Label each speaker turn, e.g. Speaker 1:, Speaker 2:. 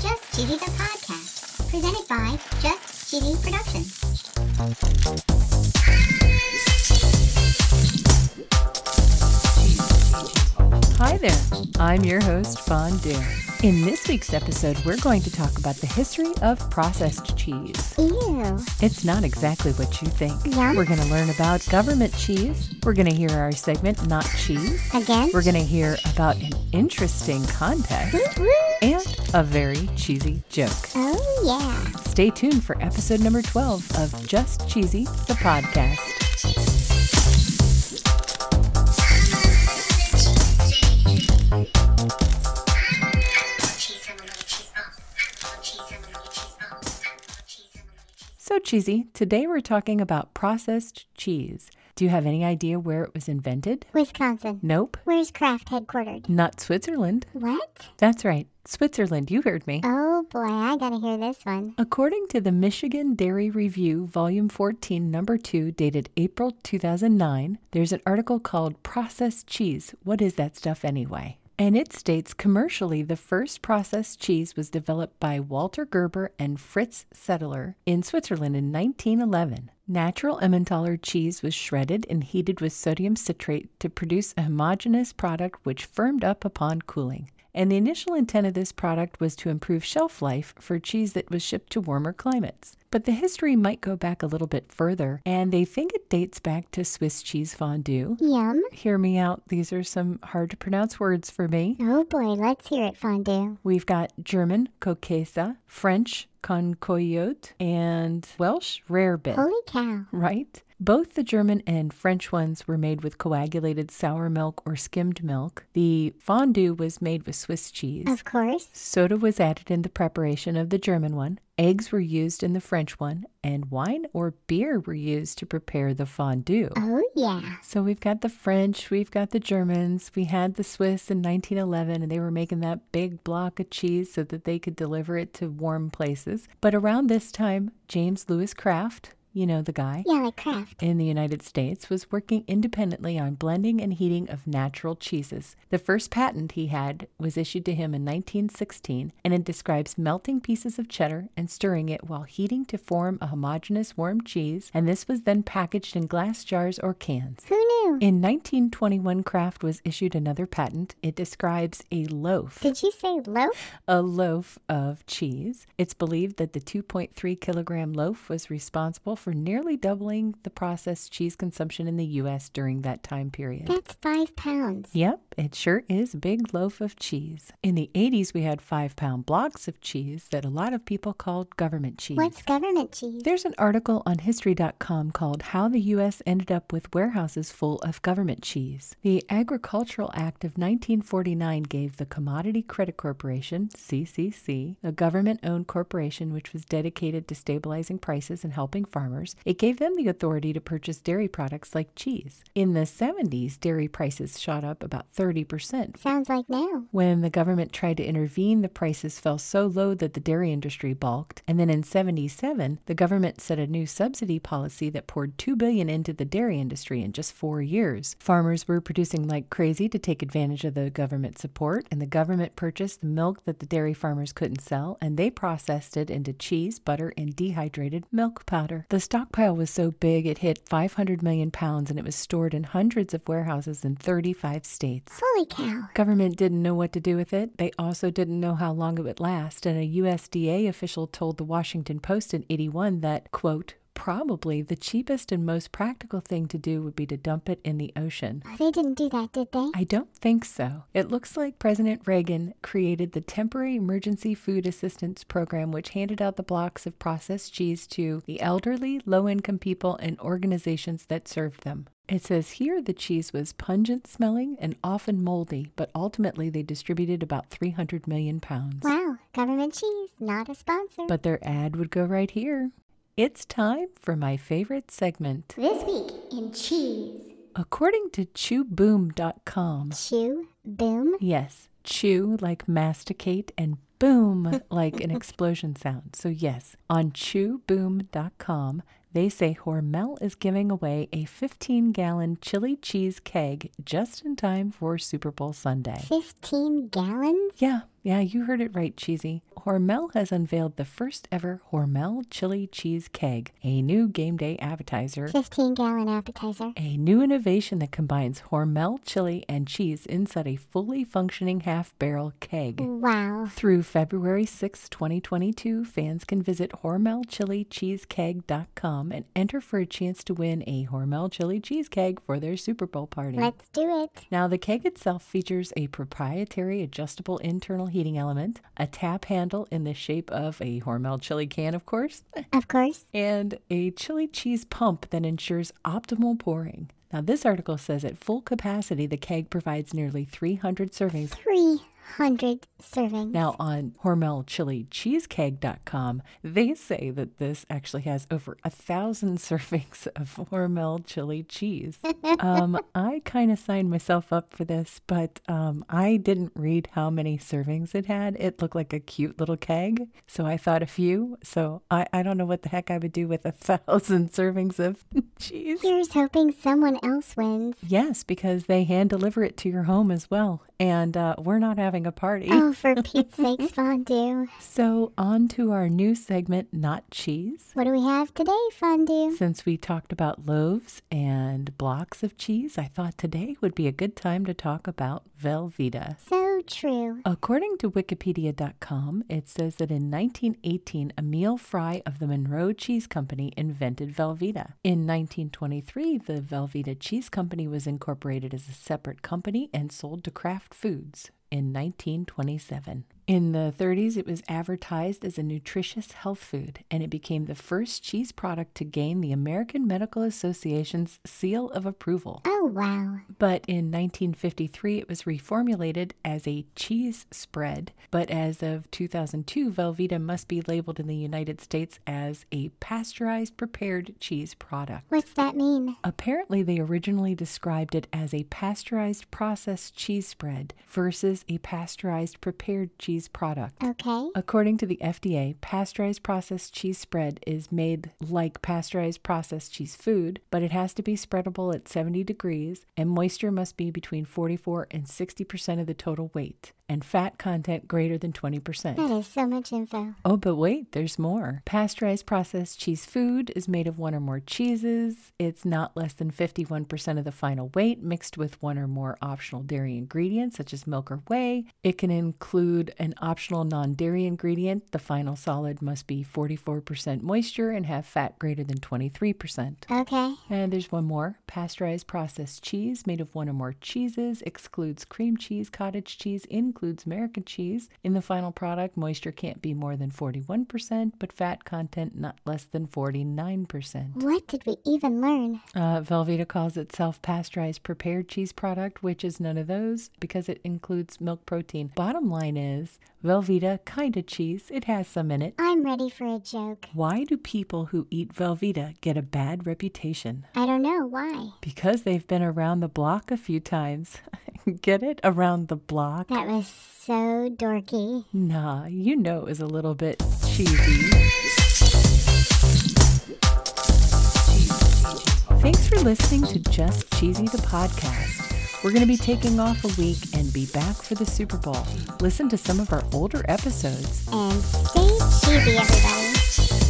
Speaker 1: Just Cheesy the Podcast, presented by Just Cheesy Productions.
Speaker 2: Hi there. I'm your host, Fawn Dare. In this week's episode, we're going to talk about the history of processed cheese.
Speaker 1: Ew.
Speaker 2: It's not exactly what you think.
Speaker 1: Yeah.
Speaker 2: We're going to learn about government cheese. We're going to hear our segment, Not Cheese.
Speaker 1: Again?
Speaker 2: We're going to hear about an interesting contest and a very cheesy joke.
Speaker 1: Oh, yeah.
Speaker 2: Stay tuned for episode number 12 of Just Cheesy, the podcast. So, Cheesy, today we're talking about processed cheese. Do you have any idea where it was invented?
Speaker 1: Wisconsin.
Speaker 2: Nope.
Speaker 1: Where's Kraft headquartered?
Speaker 2: Not Switzerland.
Speaker 1: What?
Speaker 2: That's right, Switzerland. You heard me.
Speaker 1: Oh boy, I gotta hear this one.
Speaker 2: According to the Michigan Dairy Review, Volume 14, Number 2, dated April 2009, there's an article called Processed Cheese What is That Stuff Anyway? And it states commercially, the first processed cheese was developed by Walter Gerber and Fritz Settler in Switzerland in 1911. Natural Emmentaler cheese was shredded and heated with sodium citrate to produce a homogeneous product which firmed up upon cooling and the initial intent of this product was to improve shelf life for cheese that was shipped to warmer climates. But the history might go back a little bit further, and they think it dates back to Swiss cheese fondue.
Speaker 1: Yum.
Speaker 2: Hear me out, these are some hard to pronounce words for me.
Speaker 1: Oh boy, let's hear it, fondue.
Speaker 2: We've got German Kokesa, French Concoyote, and Welsh Rarebit.
Speaker 1: Holy cow.
Speaker 2: Right? Both the German and French ones were made with coagulated sour milk or skimmed milk. The fondue was made with Swiss cheese.
Speaker 1: Of course.
Speaker 2: Soda was added in the preparation of the German one, eggs were used in the French one, and wine or beer were used to prepare the fondue.
Speaker 1: Oh yeah.
Speaker 2: So we've got the French, we've got the Germans, we had the Swiss in 1911, and they were making that big block of cheese so that they could deliver it to warm places. But around this time, James Lewis Kraft, you know the guy,
Speaker 1: Yeah, like Kraft.
Speaker 2: in the United States was working independently on blending and heating of natural cheeses. The first patent he had was issued to him in 1916, and it describes melting pieces of cheddar and stirring it while heating to form a homogeneous warm cheese, and this was then packaged in glass jars or cans.
Speaker 1: Who knew?
Speaker 2: In 1921, Kraft was issued another patent. It describes a loaf
Speaker 1: Did you say loaf?
Speaker 2: a loaf of cheese. It's believed that the 2.3 kilogram loaf was responsible for nearly doubling the processed cheese consumption in the U.S. during that time period.
Speaker 1: That's five pounds.
Speaker 2: Yep, it sure is a big loaf of cheese. In the 80s, we had five pound blocks of cheese that a lot of people called government cheese.
Speaker 1: What's government cheese?
Speaker 2: There's an article on History.com called How the U.S. Ended Up with Warehouses Full of Government Cheese. The Agricultural Act of 1949 gave the Commodity Credit Corporation, CCC, a government owned corporation which was dedicated to stabilizing prices and helping farmers, it gave them the authority to purchase dairy products like cheese. In the 70s, dairy prices shot up about 30%.
Speaker 1: Sounds like now.
Speaker 2: When the government tried to intervene, the prices fell so low that the dairy industry balked. And then in 77, the government set a new subsidy policy that poured 2 billion into the dairy industry in just 4 years. Farmers were producing like crazy to take advantage of the government support, and the government purchased the milk that the dairy farmers couldn't sell, and they processed it into cheese, butter, and dehydrated milk powder. The stockpile was so big it hit 500 million pounds and it was stored in hundreds of warehouses in 35 states.
Speaker 1: Holy cow.
Speaker 2: Government didn't know what to do with it. They also didn't know how long it would last, and a USDA official told the Washington Post in 81 that, quote, probably the cheapest and most practical thing to do would be to dump it in the ocean.
Speaker 1: Oh, they didn't do that, did they?
Speaker 2: I don't think so. It looks like President Reagan created the Temporary Emergency Food Assistance Program, which handed out the blocks of processed cheese to the elderly, low income people, and organizations that served them. It says here the cheese was pungent smelling and often moldy, but ultimately they distributed about 300 million pounds.
Speaker 1: Wow. Government cheese, not a sponsor.
Speaker 2: But their ad would go right here. It's time for my favorite segment.
Speaker 1: this week in cheese.
Speaker 2: According to chewboom.com,
Speaker 1: Chew, boom,
Speaker 2: Yes, chew like masticate and boom like an explosion sound. So, yes, on chewboom.com, they say Hormel is giving away a 15 gallon chili cheese keg just in time for Super Bowl Sunday.
Speaker 1: 15 gallons?
Speaker 2: Yeah, Yeah, you heard it right, Cheesy. Hormel has unveiled the first ever Hormel Chili Cheese Keg, a new game day appetizer
Speaker 1: 15 gallon appetizer.
Speaker 2: a new innovation that combines Hormel chili and cheese inside a fully functioning half barrel keg.
Speaker 1: Wow.
Speaker 2: Through February 6, 2022, fans can visit HormelChiliCheeseKeg.com and enter for a chance to win a Hormel Chili Cheese Keg for their Super Bowl party.
Speaker 1: Let's do it.
Speaker 2: Now, the keg itself features a proprietary adjustable internal heating element, a tap handle in the shape of a Hormel chili can, of course,
Speaker 1: Of course.
Speaker 2: and a chili cheese pump that ensures optimal pouring. Now, this article says at full capacity, the keg provides nearly 300 servings.
Speaker 1: 300 servings.
Speaker 2: Now, on HormelChiliCheeseKeg.com, they say that this actually has over a thousand servings of Hormel chili cheese. um, I kind of signed myself up for this, but um, I didn't read how many servings it had. It looked like a cute little keg, so I thought a few. So I, I don't know what the heck I would do with a thousand servings of cheese.
Speaker 1: Here's hoping someone else wins.
Speaker 2: Yes, because they hand deliver it to your home as well. And uh, we're not having a party.
Speaker 1: Oh, for Pete's sakes, fondue.
Speaker 2: So, on to our new segment, Not Cheese.
Speaker 1: What do we have today, fondue?
Speaker 2: Since we talked about loaves and blocks of cheese, I thought today would be a good time to talk about Velveeta.
Speaker 1: So true.
Speaker 2: According to Wikipedia.com, it says that in 1918, Emil Fry of the Monroe Cheese Company invented Velveeta. In 1923, the Velveeta Cheese Company was incorporated as a separate company and sold to Kraft Foods. In 1927. In the 30s, it was advertised as a nutritious health food, and it became the first cheese product to gain the American Medical Association's seal of approval.
Speaker 1: Oh, wow.
Speaker 2: But in 1953, it was reformulated as a cheese spread. But as of 2002, Velveeta must be labeled in the United States as a pasteurized prepared cheese product.
Speaker 1: What's that mean?
Speaker 2: Apparently, they originally described it as a pasteurized processed cheese spread versus a pasteurized prepared cheese product.
Speaker 1: Okay.
Speaker 2: According to the FDA, pasteurized processed cheese spread is made like pasteurized processed cheese food, but it has to be spreadable at 70 degrees, and moisture must be between 44 and 60% of the total weight, and fat content greater than 20%.
Speaker 1: That is so much info.
Speaker 2: Oh, but wait, there's more. Pasteurized processed cheese food is made of one or more cheeses. It's not less than 51% of the final weight, mixed with one or more optional dairy ingredients, such as milk or whey. It can include an optional non dairy ingredient. The final solid must be 44% moisture and have fat greater than 23%.
Speaker 1: Okay.
Speaker 2: And there's one more. Pasteurized processed cheese made of one or more cheeses excludes cream cheese, cottage cheese, includes American cheese. In the final product, moisture can't be more than 41%, but fat content not less than 49%.
Speaker 1: What did we even learn?
Speaker 2: Uh, Velveeta calls itself pasteurized prepared cheese product, which is none of those because it includes milk protein. Bottom line is, Velveeta kinda cheese. It has some in it.
Speaker 1: I'm ready for a joke.
Speaker 2: Why do people who eat Velveeta get a bad reputation?
Speaker 1: I don't know why.
Speaker 2: Because they've been around the block a few times. Get it? Around the block?
Speaker 1: That was so dorky.
Speaker 2: Nah, you know it was a little bit cheesy. Thanks for listening to Just Cheesy the podcast. We're going to be taking off a week and be back for the Super Bowl. Listen to some of our older episodes.
Speaker 1: And stay cheesy, everybody.